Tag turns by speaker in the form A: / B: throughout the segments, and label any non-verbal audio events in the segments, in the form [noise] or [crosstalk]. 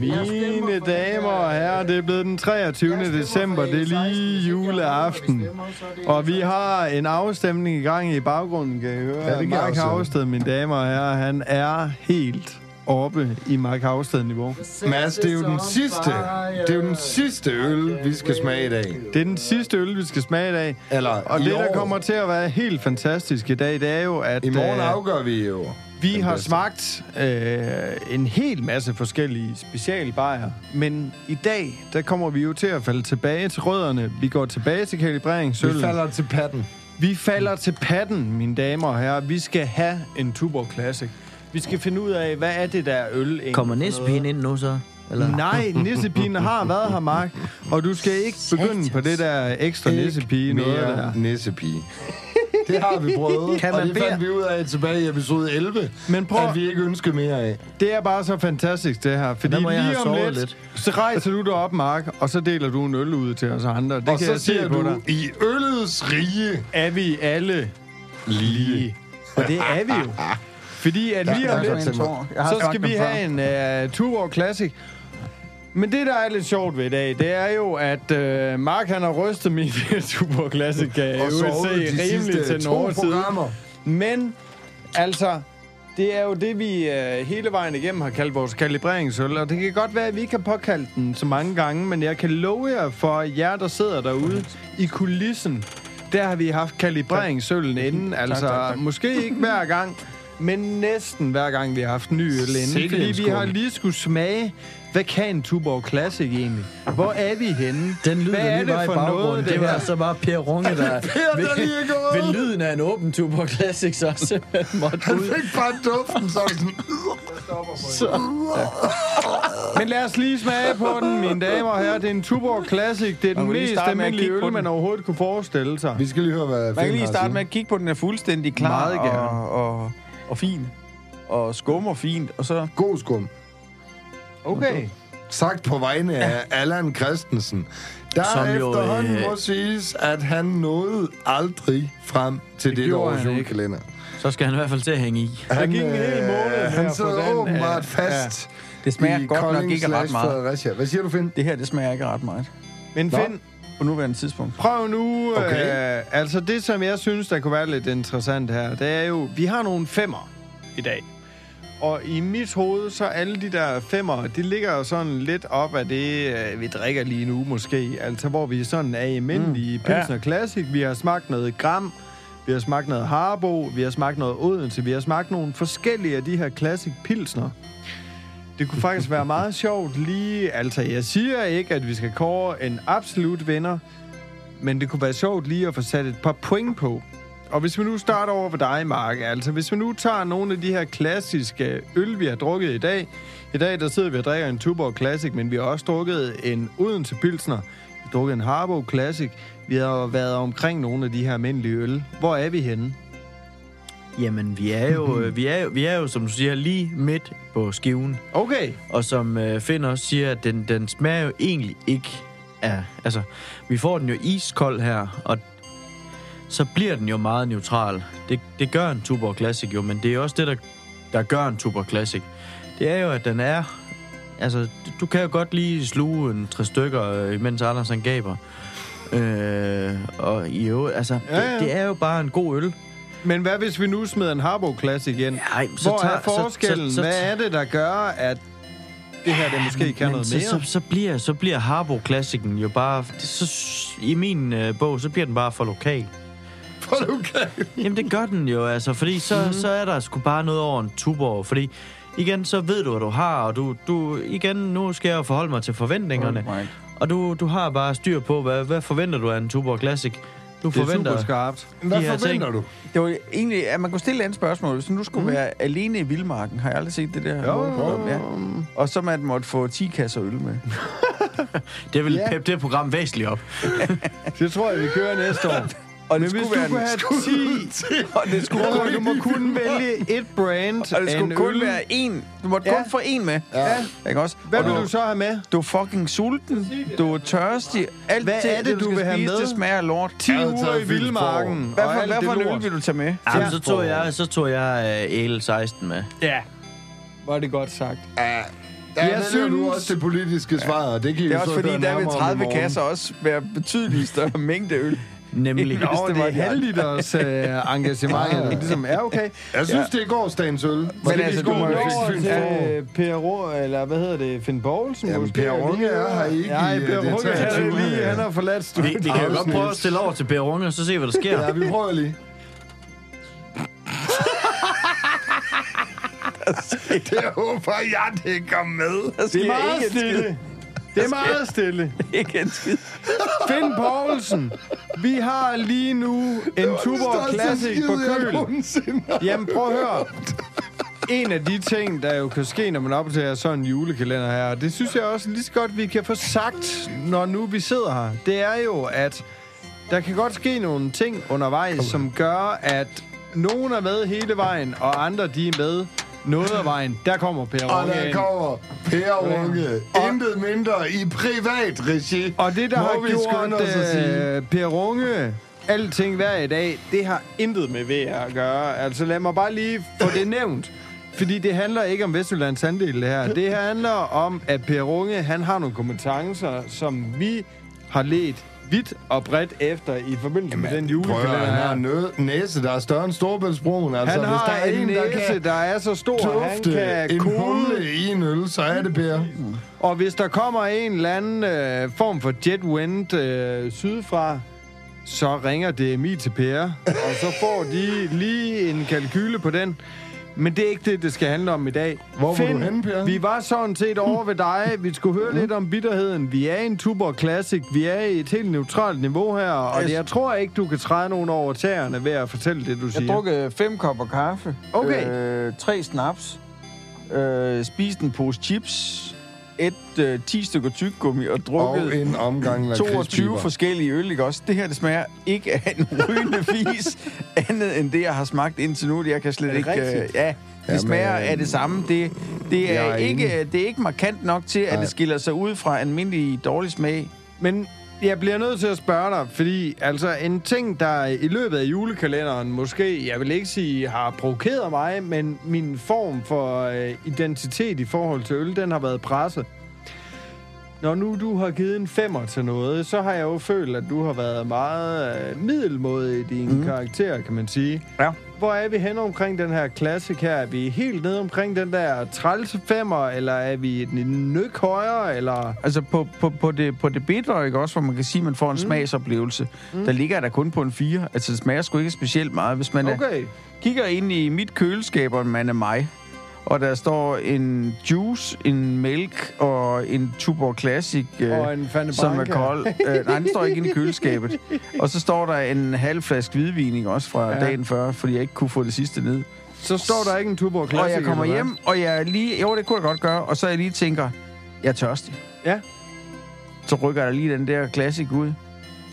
A: Mine damer og herrer, det er blevet den 23. december. Det er lige juleaften. Og vi har en afstemning i gang i baggrunden, kan I høre.
B: Ja, det kan jeg
A: Mark
B: også.
A: Havsted, mine damer og herrer, han er helt oppe i Mark Havsted-niveau.
B: Mads, det er jo den sidste. Det er jo den sidste øl, vi skal smage i dag.
A: Det er den sidste øl, vi skal smage i dag.
B: Eller
A: Og
B: i
A: det,
B: år.
A: der kommer til at være helt fantastisk i dag, det er jo, at
B: I morgen
A: øh,
B: afgør vi jo.
A: vi
B: den
A: har
B: bedste.
A: smagt øh, en hel masse forskellige specialbajer. Men i dag, der kommer vi jo til at falde tilbage til rødderne. Vi går tilbage til
B: Vi
A: kalibreringsøllen.
B: falder til patten.
A: Vi falder til patten, mine damer og herrer. Vi skal have en Tuborg Classic. Vi skal finde ud af, hvad er det der øl egentlig
C: Kommer
A: for noget?
C: næsepin ind nu så? Eller? [laughs]
A: Nej, nissepinen har været her, Mark. Og du skal ikke begynde på det der ekstra nissepige noget der.
B: Mere nissepige. [laughs] Det har vi prøvet,
C: Kan
B: og
C: man
B: det
C: bede-
B: fandt vi ud af tilbage i episode 11,
A: Men prøv-
B: at vi ikke ønskede mere af.
A: Det er bare så fantastisk, det her. Fordi
C: Der må jeg
A: lige
C: have
A: om
C: sovet
A: lidt, så rejser du dig op, Mark, og så deler du en øl ud til os andre. Det
B: Og
A: kan
B: så
A: jeg se
B: siger
A: på
B: du,
A: dig.
B: i øllets rige
A: Er vi alle lige? [laughs] Og det er vi jo. Fordi at lige om
B: jeg
A: lidt,
B: godt tænke mig.
D: Jeg har
A: så
D: smagt
A: skal
D: dem
A: vi
D: før.
A: have en uh, Tuborg Classic. Men det, der er lidt sjovt ved i dag, det er jo, at øh, Mark han har rystet min [laughs] Tuborg Classic, kan jeg
B: og
A: jo se
B: sovet de
A: rimeligt
B: sidste
A: til
B: to
A: Norge side.
B: programmer.
A: Men altså, det er jo det, vi øh, hele vejen igennem har kaldt vores kalibreringsøl, og det kan godt være, at vi ikke har påkaldt den så mange gange, men jeg kan love jer for jer, der sidder derude i kulissen, der har vi haft kalibreringsøllen inden, altså
D: tak, tak.
A: måske ikke hver gang, men næsten hver gang, vi har haft en ny øl inden,
B: Sikke en
A: fordi vi
B: skål.
A: har lige skulle smage, hvad kan en Tuborg Classic egentlig? Hvor er vi henne?
C: Den lyder
A: hvad er
C: lige
A: det
C: bare i
A: for noget,
C: baggrunden.
A: det
C: Det var
A: her?
C: så bare Per Runge, [laughs] der,
B: Per, der lige er
C: ved,
B: gået.
C: ved lyden af en åben Tuborg Classic, så simpelthen måtte
B: Han
C: ud.
B: fik bare duften, så var det sådan...
A: Men lad os lige smage på den, mine damer og herrer. Det er en Tuborg Classic. Det er den
D: må lige
A: mest
D: starte med at
A: almindelige
D: kigge på
A: øl, man
D: den.
A: overhovedet kunne forestille sig.
B: Vi skal lige høre, hvad
D: Man kan
B: Finn
D: lige
B: har at
D: starte
B: sige.
D: med at kigge på, den er fuldstændig klar
A: Meget gerne.
D: Og, og, og fin. Og skummer fint, og så...
B: God skum.
A: Okay.
B: Sagt på vegne af Allan Christensen. Der Som
C: Som jo,
B: efterhånden
C: øh,
B: må siges, at han nåede aldrig frem til det dette
A: gjorde
B: års
A: han ikke.
B: julekalender. øh,
C: Så skal han i hvert fald til at hænge i.
A: Der gik en hel måned her
B: Han
A: på
B: sidder
A: den,
B: åbenbart
A: øh,
B: fast
D: Det smager
B: i
D: godt nok
B: Kolding
D: ikke ret
B: slash
D: meget.
B: Fredericia. Hvad siger du, Finn?
D: Det her, det smager ikke ret meget.
A: Men
B: Nå.
A: Finn,
D: På nuværende tidspunkt.
A: prøv nu.
B: Okay.
A: Øh, altså det, som jeg synes, der kunne være lidt interessant her, det er jo, vi har nogle femmer i dag. Og i mit hoved, så alle de der femmer, de ligger jo sådan lidt op af det, øh, vi drikker lige nu måske. Altså, hvor vi sådan er almindelige mm.
D: ja.
A: Pilsner Classic. Vi har smagt noget Gram, vi har smagt noget Harbo, vi har smagt noget Odense, vi har smagt nogle forskellige af de her Classic Pilsner. Det kunne faktisk være meget sjovt lige... Altså, jeg siger ikke, at vi skal kåre en absolut vinder, men det kunne være sjovt lige at få sat et par point på. Og hvis vi nu starter over for dig, Mark, altså hvis vi nu tager nogle af de her klassiske øl, vi har drukket i dag. I dag, der sidder vi og drikker en Tuborg Classic, men vi har også drukket en Odense Pilsner. Vi har drukket en Harbo Classic. Vi har været omkring nogle af de her almindelige øl. Hvor er vi henne?
C: Jamen, vi er
D: Mhm.
C: jo, øh, vi er, jo- vi er jo, som du siger, lige midt på skiven.
A: Okay,
C: Og som øh, Finn også siger, at den, den smager jo egentlig ikke af... Altså, vi får den jo iskold her, og så bliver den jo meget neutral. Det, det gør en Tuborg Classic jo, men det er også det, der, der gør en Tuborg Classic. Det er jo, at den er... Altså, du kan jo godt lige sluge en tre stykker, øh, mens Anders han gaber. Øh, og i øvrigt, altså,
A: Ja, ja.
C: Det, det er jo bare en god øl.
A: men hvad hvis vi nu smider en Harbo Classic ind?
C: Ej, men
A: Hvor
C: tager-
A: er forskellen?
C: så- så-
A: Hvad er det, der gør, at det her det måske kan
C: Men
A: noget
C: så, Så,
A: mere?
C: så, bliver, så bliver Harbo Classicen jo bare... Det, så, I min øh, bog, så bliver den bare for lokal.
B: For lokal.
C: Jamen, det gør den jo, altså. Fordi så, mm-hmm. så er der sgu bare noget over en tuborg. Fordi igen, så ved du, hvad du har. Og du, du igen, nu skal jeg jo forholde mig til forventningerne.
D: Alright.
C: Og du, du har bare styr på, hvad, hvad forventer du af en tuborg Classic? Du
A: det er super
C: forventer...
A: skarpt.
B: Hvad
C: De her
B: forventer du?
D: Det var egentlig, at man kunne stille et andet spørgsmål. Hvis nu skulle mm. være alene i Vildmarken, har jeg aldrig set det der?
A: Jo,
D: Ja. Og så man måtte få 10 kasser øl med.
C: Det vil
D: Ja.
C: peppe det program væsentligt op.
A: det tror jeg, vi kører næste år.
D: Og
A: Men hvis du kunne have 10...
D: og det skulle,
A: Prøv at høre, Du må kun vælge et brand
D: og det
A: af en
D: skulle kun
A: øl.
D: være en. Du måtte ja.
A: Ja.
D: kun få en med.
B: Ja.
D: Ikke også?
A: Hvad
D: og
A: vil du så have med?
D: Du er fucking sulten. Du er tørstig. Alt
A: Hvad
D: det,
A: er det,
D: det,
A: du
D: skal
A: vil have
D: spise,
A: med?
D: Det smager af lort.
A: 10
B: Jeg har
A: uger
B: taget
A: i
B: vildt
A: vildmarken.
D: Hvad
A: og
D: for,
A: alt
D: hvad
A: det
D: for en
A: lort.
D: øl vil du tage med?
C: Jamen, så tog jeg, så tog jeg øh, Ale 16 med.
A: Ja. Var det godt sagt.
B: Ja, Ja, jeg
A: Jeg
B: synes... nu
A: synes-
B: også det politiske svar, og det kan I
D: Det
B: jo
D: er også
B: så
D: fordi,
B: høre
D: der vil
B: nærmere om i
D: 30
B: morgen.
D: kasser også være betydeligt større mængde øl.
E: Nemlig.
D: Nå,
A: Og
D: det
A: det
D: var
A: er
D: et hjerte.
A: halvliters øh, engagement, eller ligesom er okay.
B: Jeg synes, ja. det er gårdsdagens øl. Men
D: altså,
A: Du
D: Du
A: må
D: må
A: jo
D: jo ikke
A: over
D: synes
A: til
D: for-
A: øh, Per Rå, eller hvad hedder det, Finn Poulsen
B: Jamen,
A: måske,
B: Per
A: og
B: Runge
A: lige-
B: er her ikke
A: Nej,
B: i, øh,
A: Per
B: det
A: Runge, han er
B: 23.
A: lige, han har forladt
E: Vi,
A: studiet.
E: vi kan jo godt
B: Afsnit.
E: prøve at stille over til Per Runge, og så se, hvad der sker.
B: Ja, vi prøver lige. [laughs] det håber jeg, det går med.
A: Det er meget stille. Det er meget stille.
D: Ikke en skid.
A: Finn Poulsen, vi har lige nu en Tuborg Classic på køl. Jamen, prøv at høre. En af de ting, der jo kan ske, når man opdager sådan en julekalender her, og det synes jeg også lige så godt, vi kan få sagt, når nu vi sidder her, det er jo, at der kan godt ske nogle ting undervejs, som gør, at nogen er med hele vejen, og andre de er med noget af vejen. Der kommer Per
B: Og
A: Runge
B: der
A: ind.
B: kommer Per Runge. Intet mindre i privat regi.
A: Og det, der
B: må
A: har
B: vi skynde
A: gjort
B: os at sige.
A: øh, Per Runge alting hver i dag, det har intet med VR at gøre. Altså lad mig bare lige få
B: [laughs]
A: det nævnt. Fordi det handler ikke om Vestjyllands andel, det her. Det handler om, at Per Runge, han har nogle kompetencer, som vi har let vidt og bredt efter i forbindelse med den
B: Prøv at
A: julekalender
B: høre, han har
A: her.
B: en nø- næse, der er større end Storbæltsbroen. Altså,
A: Han har
B: hvis der er
A: en
B: en, der
A: næse,
B: kan
A: der er så stor, han
B: dufte
A: kan
B: en
A: kode
B: humle i en øl, så er det Per.
A: Og hvis der kommer en eller anden øh, form for jetwind øh, sydfra, så ringer DMI til Per, og så får de lige en kalkyle på den. Men det er ikke det, det skal handle om i dag.
B: Hvor var du henne, Per? Mm.
A: Vi var sådan set over ved dig. Vi skulle høre lidt om bitterheden. Vi er i en Tuborg Classic. Vi er i et helt neutralt niveau her, og
D: Yes.
A: jeg tror ikke, du kan træde nogen over tæerne ved at fortælle det, du
D: Jeg
A: siger.
D: drukkede fem kopper kaffe.
A: Okay.
D: Øh, tre snaps. Øh, spiste en pose chips. Et øh, 10 stykker tyggegummi og drukkede...
B: Og en
A: [laughs]
B: omgang lakridspiber.
D: 22 forskellige øl, ikke også? Det her, det smager ikke af
B: [laughs]
D: en rygende fis, andet end det, jeg har smagt indtil nu. Jeg kan slet ikke... Øh, ja, det
B: Jamen,
D: smager
B: øh,
D: af det samme. Det, det, er,
B: jeg er
D: ikke,
B: enig.
D: det er ikke markant nok til, at
B: Nej.
D: det skiller sig ud fra almindelig dårlig smag.
A: Men jeg bliver nødt til at spørge dig, fordi altså en ting, der i løbet af julekalenderen måske, jeg vil ikke sige har provokeret mig, men min form for øh, identitet i forhold til øl, den har været presset. Når nu du har givet en femmer til noget, så har jeg jo følt, at du har været meget øh, middelmodig i din mm. karakter, kan man sige.
D: Ja.
A: Hvor er vi henne omkring den her klassik her? Er vi helt nede omkring den der trælsefemmer, eller er vi en nyk højere, eller...
D: Altså på, på, på, det, på det bedre, ikke også, hvor man kan sige, at man får en mm. smagsoplevelse. Mm. Der ligger der kun på en 4. Altså det smager sgu ikke specielt meget. Hvis man er,
A: Okay.
D: kigger ind i mit køleskab, og man er mig, og der står en juice, en mælk og en Tuborg Classic, øh,
A: Og en Fanta
D: som er
A: Branca.
D: kold. Øh, nej, den står ikke inde i køleskabet. Og så står der en halv flaske hvidvin ikke, også fra
A: Ja.
D: ja. dagen før, fordi jeg ikke kunne få det sidste ned.
A: Så står der ikke en Tuborg Classic.
D: og jeg kommer
A: eller hvad?
D: hjem, og jeg er lige... Jo, det kunne jeg godt gøre. Og så jeg lige tænker, jeg er tørstig.
A: Ja.
D: Så rykker jeg da lige den der Classic ud.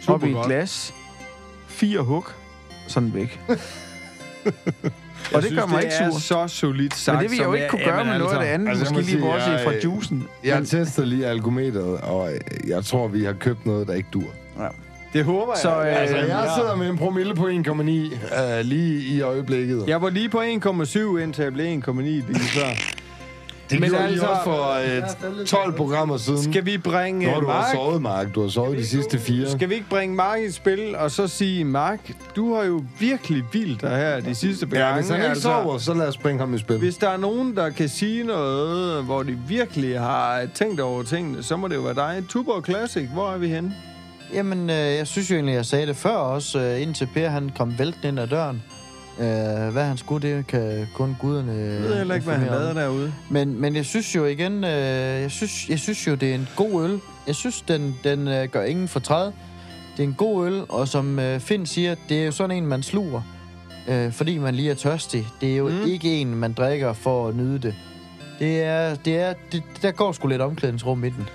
A: Super
D: op i et
A: godt.
D: glas. Fire hug. Sådan væk.
F: [laughs]
D: og det gør mig ikke
A: det er
D: sur.
A: så solidt sagt.
D: Men det vil jeg jo
A: som
D: ikke kunne gøre med noget af det andet.
B: altså, jeg
D: Altså,
B: må
D: måske lige
B: sige,
D: bortset
B: jeg,
D: fra
B: øh,
D: juicen.
B: Jeg tester lige algometeret, og øh, jeg tror, vi har købt noget, der ikke dur.
A: Det håber jeg.
D: Så, øh,
A: altså,
B: Altså,
A: jeg,
B: jeg sidder med en promille på 1,9 uh, lige i øjeblikket.
A: jeg var lige på 1,7, indtil jeg blev 1,9 lige
D: [laughs]
A: før.
B: det
A: men
B: men gjorde
A: altså-
B: altså, også for uh, 12 programmer siden.
A: Skal vi bringe
B: Nå, du har
A: Mark?
B: sovet, Mark. Du har sovet de sidste fire.
A: Skal vi ikke bringe Mark i spil, og så sige, Mark, du har jo virkelig vildt dig her de sidste par
B: Ja,
A: gange.
B: hvis han ikke
A: altså.
B: sover, så lad os bringe ham i spil.
A: Hvis der er nogen, der kan sige noget, hvor de virkelig har tænkt over tingene, så må det jo være dig. Tuborg Classic, hvor er vi henne?
C: Jamen, øh, jeg synes jo egentlig, jeg sagde det før også, øh, indtil Per han kom væltende ind ad døren. Øh, hvad han skulle, det kan kun guderne...
A: Jeg ved heller ikke, hvad han lavede derude.
C: Men, men jeg synes jo igen, øh, jeg, synes, jeg synes jo, det er en god øl. Jeg synes, den, den øh, gør ingen fortræd. Det er en god øl, og som øh, Finn siger, det er jo sådan en, man sluger, øh, fordi man lige er tørstig. Det er jo
A: Mm.
C: mm. ikke en, man drikker for at nyde det. Det er, det er, det, der går sgu lidt omklædningsrum i den.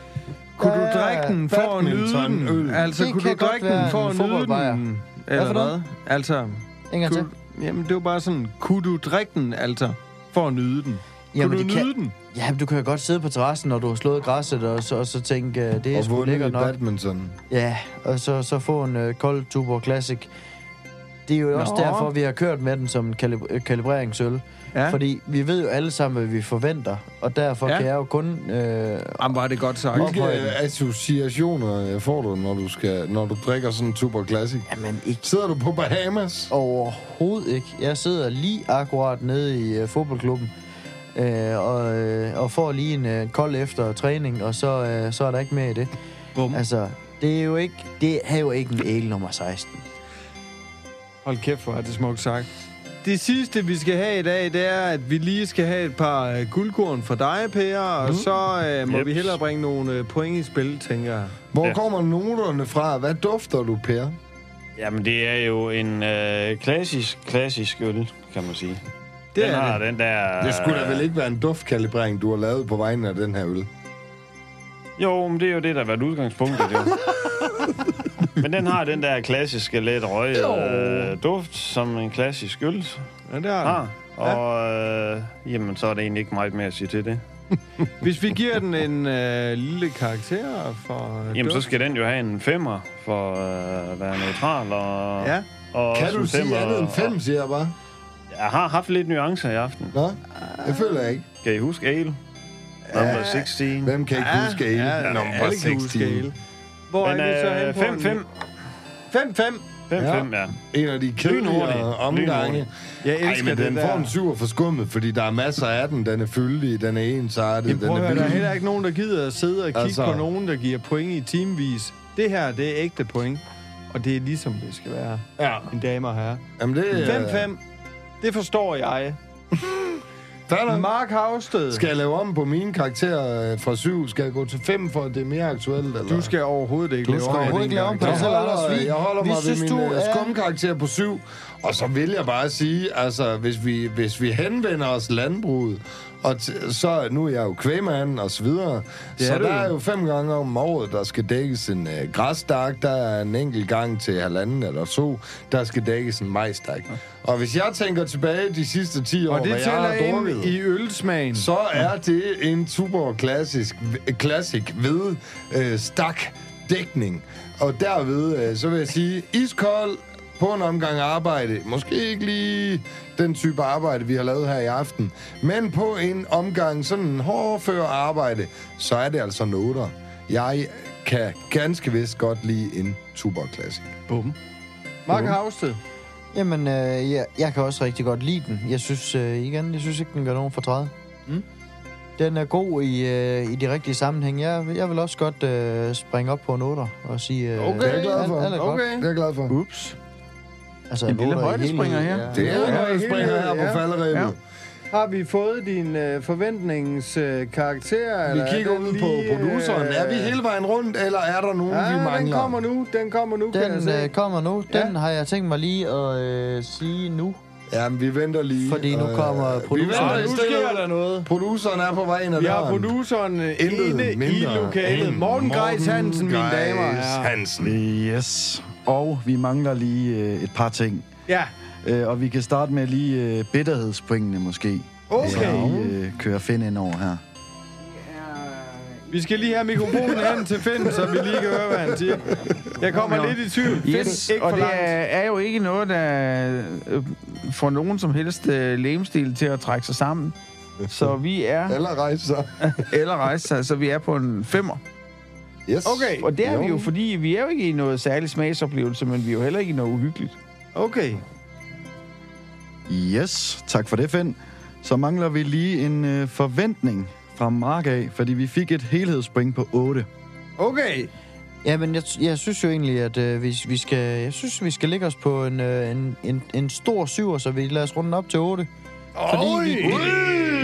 A: Kunne
C: Der
A: du
C: er
A: drikke den for at nyde den?
B: badmintonøl.
A: Altså,
C: Det
A: kunne
C: kan
A: du
C: godt
A: drikke
C: være
A: den for
C: en
A: at nyde
C: fodboldbajer.
A: den?
C: for
A: Eller hvad?
C: noget?
A: Altså,
C: En gang til.
A: kunne, jamen, det var bare sådan, kunne du drikke den, altså, for at nyde den? kunne
C: Jamen,
A: du
C: det
A: nyde
C: kan-
A: den?
C: Jamen, du kan jo godt sidde på terrassen, når du har slået græsset, og så, og så tænke, øh, det er
B: og
C: sgu
B: vundet i
C: lækkert nok.
B: badminton.
C: Ja, og så, så få en øh, kold Tuborg Classic. Det er jo også
A: Nå.
C: derfor, vi har kørt med den som en kalib- øh, kalibreringsøl.
A: Ja.
C: Ja. Fordi vi ved jo alle sammen, hvad vi forventer. Og derfor
A: Ja.
C: ja. kan jeg jo kun... Øh,
A: Jamen, var det godt sagt.
B: Hvilke øh,
C: Ophøjden.
B: associationer øh, får du, når du, skal, når du drikker sådan en Tuborg Classic?
C: jamen, ikke
B: Sidder du på Bahamas?
C: Overhovedet ikke. Jeg sidder lige akkurat nede i øh, fodboldklubben øh, og, øh, og får lige en øh, kold efter træning, og så, øh, så er der ikke mere i det.
A: Bum.
C: Altså, det er jo ikke, det er jo ikke en el nummer 16.
A: Hold kæft, hvor er det smukt sagt. Det sidste, vi skal have i dag, det er, at vi lige skal have et par øh, guldkorn fra dig, Per, og så øh, må
G: Jeps.
A: vi hellere bringe nogle øh, point i spil, tænker jeg.
B: Hvor
G: Ja.
B: kommer noterne fra? Hvad dufter du, Per?
G: Jamen, det er jo en øh, klassisk, klassisk øl, kan man sige.
A: Det
G: den
A: er
G: har
A: det.
G: den der...
B: Det skulle da vel ikke være en duftkalibrering, du har lavet på vegne af den her øl.
G: Jo, men det er jo det, der har været udgangspunktet,
B: [laughs]
G: jo. men den har den der klassiske, let røgede øh, duft, som en klassisk øl
A: Ja, det
B: Ah.
A: har
G: har.
A: det.
G: Og øh, jamen, så er det egentlig ikke meget mere at sige til det.
A: Hvis vi giver den en øh, lille karakter for... øh,
G: Jamen, så
A: duft-
G: skal den jo have en femmer for øh, at være neutral. Og,
A: Ja.
G: og
B: Kan
G: også
B: du
G: en
B: sige
G: femmer,
B: andet end
G: og-
B: fem, siger jeg bare?
G: Jeg har haft lidt nuancer i aften.
B: Nå, det føler jeg ikke.
G: Kan I huske ale? Number 16.
B: Hvem kan ikke huske ale?
A: Ja,
B: Nå,
A: ja,
B: hvor
A: alle kan huske
B: 16.
A: ale. Hvor
G: Men
A: er vi så hen
G: øh,
A: på?
G: 5-5.
A: 5-5.
G: 5-5, ja.
B: En af de kedeligere
G: Lynhurtig.
B: omgange.
G: Lynhurtig.
A: Jeg
B: Ej,
A: elsker
B: men den
A: det
B: får
A: der.
B: en syver for skummet, fordi der er masser af den. Den er fyldig, den er ensartet,
A: Jamen,
B: den
A: prøv at
B: er
A: høre, der er
B: billig.
A: heller ikke nogen, der gider at sidde og kigge altså...
B: Altså-
A: på nogen, der giver point i timevis. Det her, det er ægte point. Og det er ligesom det skal være,
B: Ja.
A: mine damer og herrer.
B: Jamen, det er...
A: 5-5. Det forstår jeg.
B: Fatter.
A: Mark Havsted.
B: Skal jeg lave om på mine karakterer øh, fra 7? Skal jeg gå til 5, for at det er mere aktuelt? Eller?
A: Du skal overhovedet ikke
B: Du skal overhovedet
A: ikke lave
C: om på
B: Jeg
C: dig selv,
B: holder,
C: Anders. Vi-
B: jeg holder
C: vi
B: mig
C: synes,
B: ved
C: du
B: min øh,
C: er-
B: skumkarakter på 7. Og så vil jeg bare sige, altså, hvis vi, hvis vi henvender os landbruget, og t- så nu er jeg jo kvægmand og så videre.
A: Det
B: så
A: er du
B: der er
A: jo.
B: jo fem gange om året, der skal dækkes en øh, græsdag. Der er en enkelt gang til halvanden eller to, der skal dækkes en majsdag. Og hvis jeg tænker tilbage de sidste 10 år,
A: Og
B: hvad
A: det
B: jeg har
A: tæller
B: drukket...
A: ind i ølsmagen.
B: Så er det en Tuborg Classic, classic ved øh, stak dækning. Og derved, øh, så vil jeg sige, iskold på en omgang arbejde. Måske ikke lige den type arbejde, vi har lavet her i aften. Men på en omgang, sådan en hårdfør arbejde, så er det altså noter. Jeg kan ganske vist godt lide en Tuborg Classic.
A: Bum. Mark Havsted.
C: Jamen, øh, jeg, jeg kan også rigtig godt lide den. Jeg synes øh, igen, jeg synes ikke, den gør nogen for 30.
A: Mm.
C: Den er god i, øh, i de rigtige sammenhæng. Jeg, jeg vil også godt øh, springe op på en 8'er og sige... Øh,
B: Okay, det er jeg glad
C: alt-
B: for.
C: alt er godt.
B: Det er jeg glad for.
D: Ups.
C: Altså,
D: En lille
C: otter i
D: højdespringer
C: hele-
D: her.
C: Ja.
B: Det er noget, der springer her
A: Ja.
B: på falderæbet.
D: Ja.
A: Har vi fået din øh, forventnings øh, karakter?
B: Vi
A: eller er
B: kigger
A: den
B: ud på
A: lige, øh,
B: produceren. Er vi hele vejen rundt, eller er der nogen, vi
A: Ja, den
B: mangler?
A: kommer nu. Den kommer nu, kan jeg
C: Den
A: se.
C: øh, kommer nu.
A: Ja.
C: Den har jeg tænkt mig lige at øh, sige nu.
B: Ja, men vi venter lige. øh,
C: Fordi nu kommer
B: Vi
C: produceren.
B: venter
A: Nå,
B: lige
A: nu
B: stille.
A: sker der noget.
B: Produceren er på vej ind ad
A: Vi har
B: døren.
A: produceren øh,
B: Intet
A: inde i
B: mindre
A: lokalet.
B: end
A: Morten Grejs Hansen, mine
B: Grejs
A: damer og herrer.
B: Hansen.
F: Yes. Og vi mangler lige øh, et par ting.
A: Ja,
F: Øh, og vi kan starte med lige øh, bitterhedspoengene måske.
A: okay.
F: Vi øh, kører Finn ind over her.
A: Vi skal lige have mikrofonen hen til Finn, så vi lige kan høre, hvad han siger. Jeg kommer lidt i tvivl. Finn,
D: Yes,
A: ikke
D: og
A: for
D: det
A: langt.
D: er, er jo ikke noget, der øh, får nogen som helst øh, lemstil til at trække sig
F: [laughs]
D: sammen. Så vi er,
B: Eller rejse sig.
D: eller rejse sig, så vi er på en femmer.
B: Yes.
A: Okay.
D: Og det er vi jo, fordi vi er jo ikke i noget særlig smagsoplevelse, men vi er jo heller ikke i noget uhyggeligt.
A: Okay.
F: Yes, tak for det, Finn. Så mangler vi lige en øh, forventning fra Mark af, fordi vi fik et helhedsspring på 8.
A: Okay.
C: Jamen, jeg, jeg synes jo egentlig, at øh, vi, vi skal, jeg synes, vi skal lægge os på en, øh, en, en, en stor syver, så vi lader os runde den op til 8. Fordi vi, vi,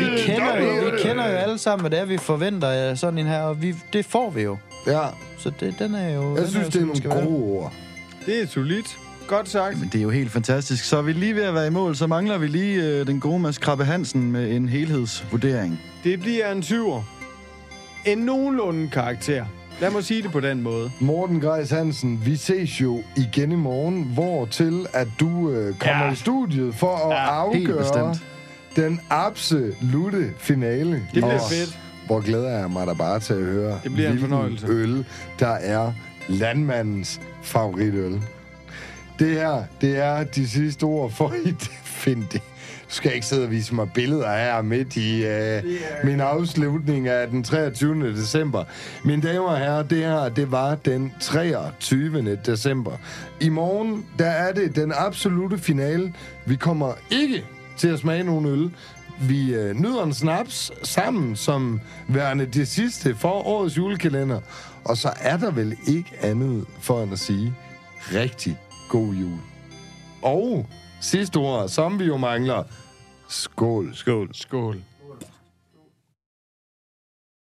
C: vi, kender jo, vi kender jo alle sammen, hvad det er, vi forventer af sådan en her, og vi, det får vi jo.
B: Ja,
C: Så det, den er jo... den
B: jeg synes,
C: jo,
B: det er
C: som den skal
B: nogle
C: være.
B: gode ord.
A: Det er solidt. Godt sagt.
F: Men det er jo helt fantastisk. Så er vi lige ved at være i mål, så mangler vi lige øh, den gode Mads Krabbe Hansen med en helhedsvurdering.
A: Det bliver en syver. En nogenlunde karakter. Lad mig sige det på den måde.
B: Morten Grejs Hansen, vi ses jo igen i morgen, hvor til at du øh, kommer
G: Ja.
B: i studiet for at
F: helt
B: afgøre
F: bestemt.
B: den absolute finale. Det
A: bliver fedt.
B: Hvor glæder jeg mig da bare til at høre,
A: Det bliver en
B: hvilken
A: fornøjelse.
B: øl, der er landmandens favoritøl. Det her, det er de sidste ord for [laughs] i det. Find det. Du skal ikke sidde og vise mig billeder her midt i øh, min afslutning af den 23. december. Mine damer og herrer, det her, det var den 23. december. I morgen, der er det den absolute finale. Vi kommer ikke til at smage nogen øl. Vi øh, nyder en snaps sammen som værende det sidste for årets julekalender. Og så er der vel ikke andet for end at sige rigtig god jul. Og sidste ord, som vi jo mangler, skål.
G: Skål.
A: Skål.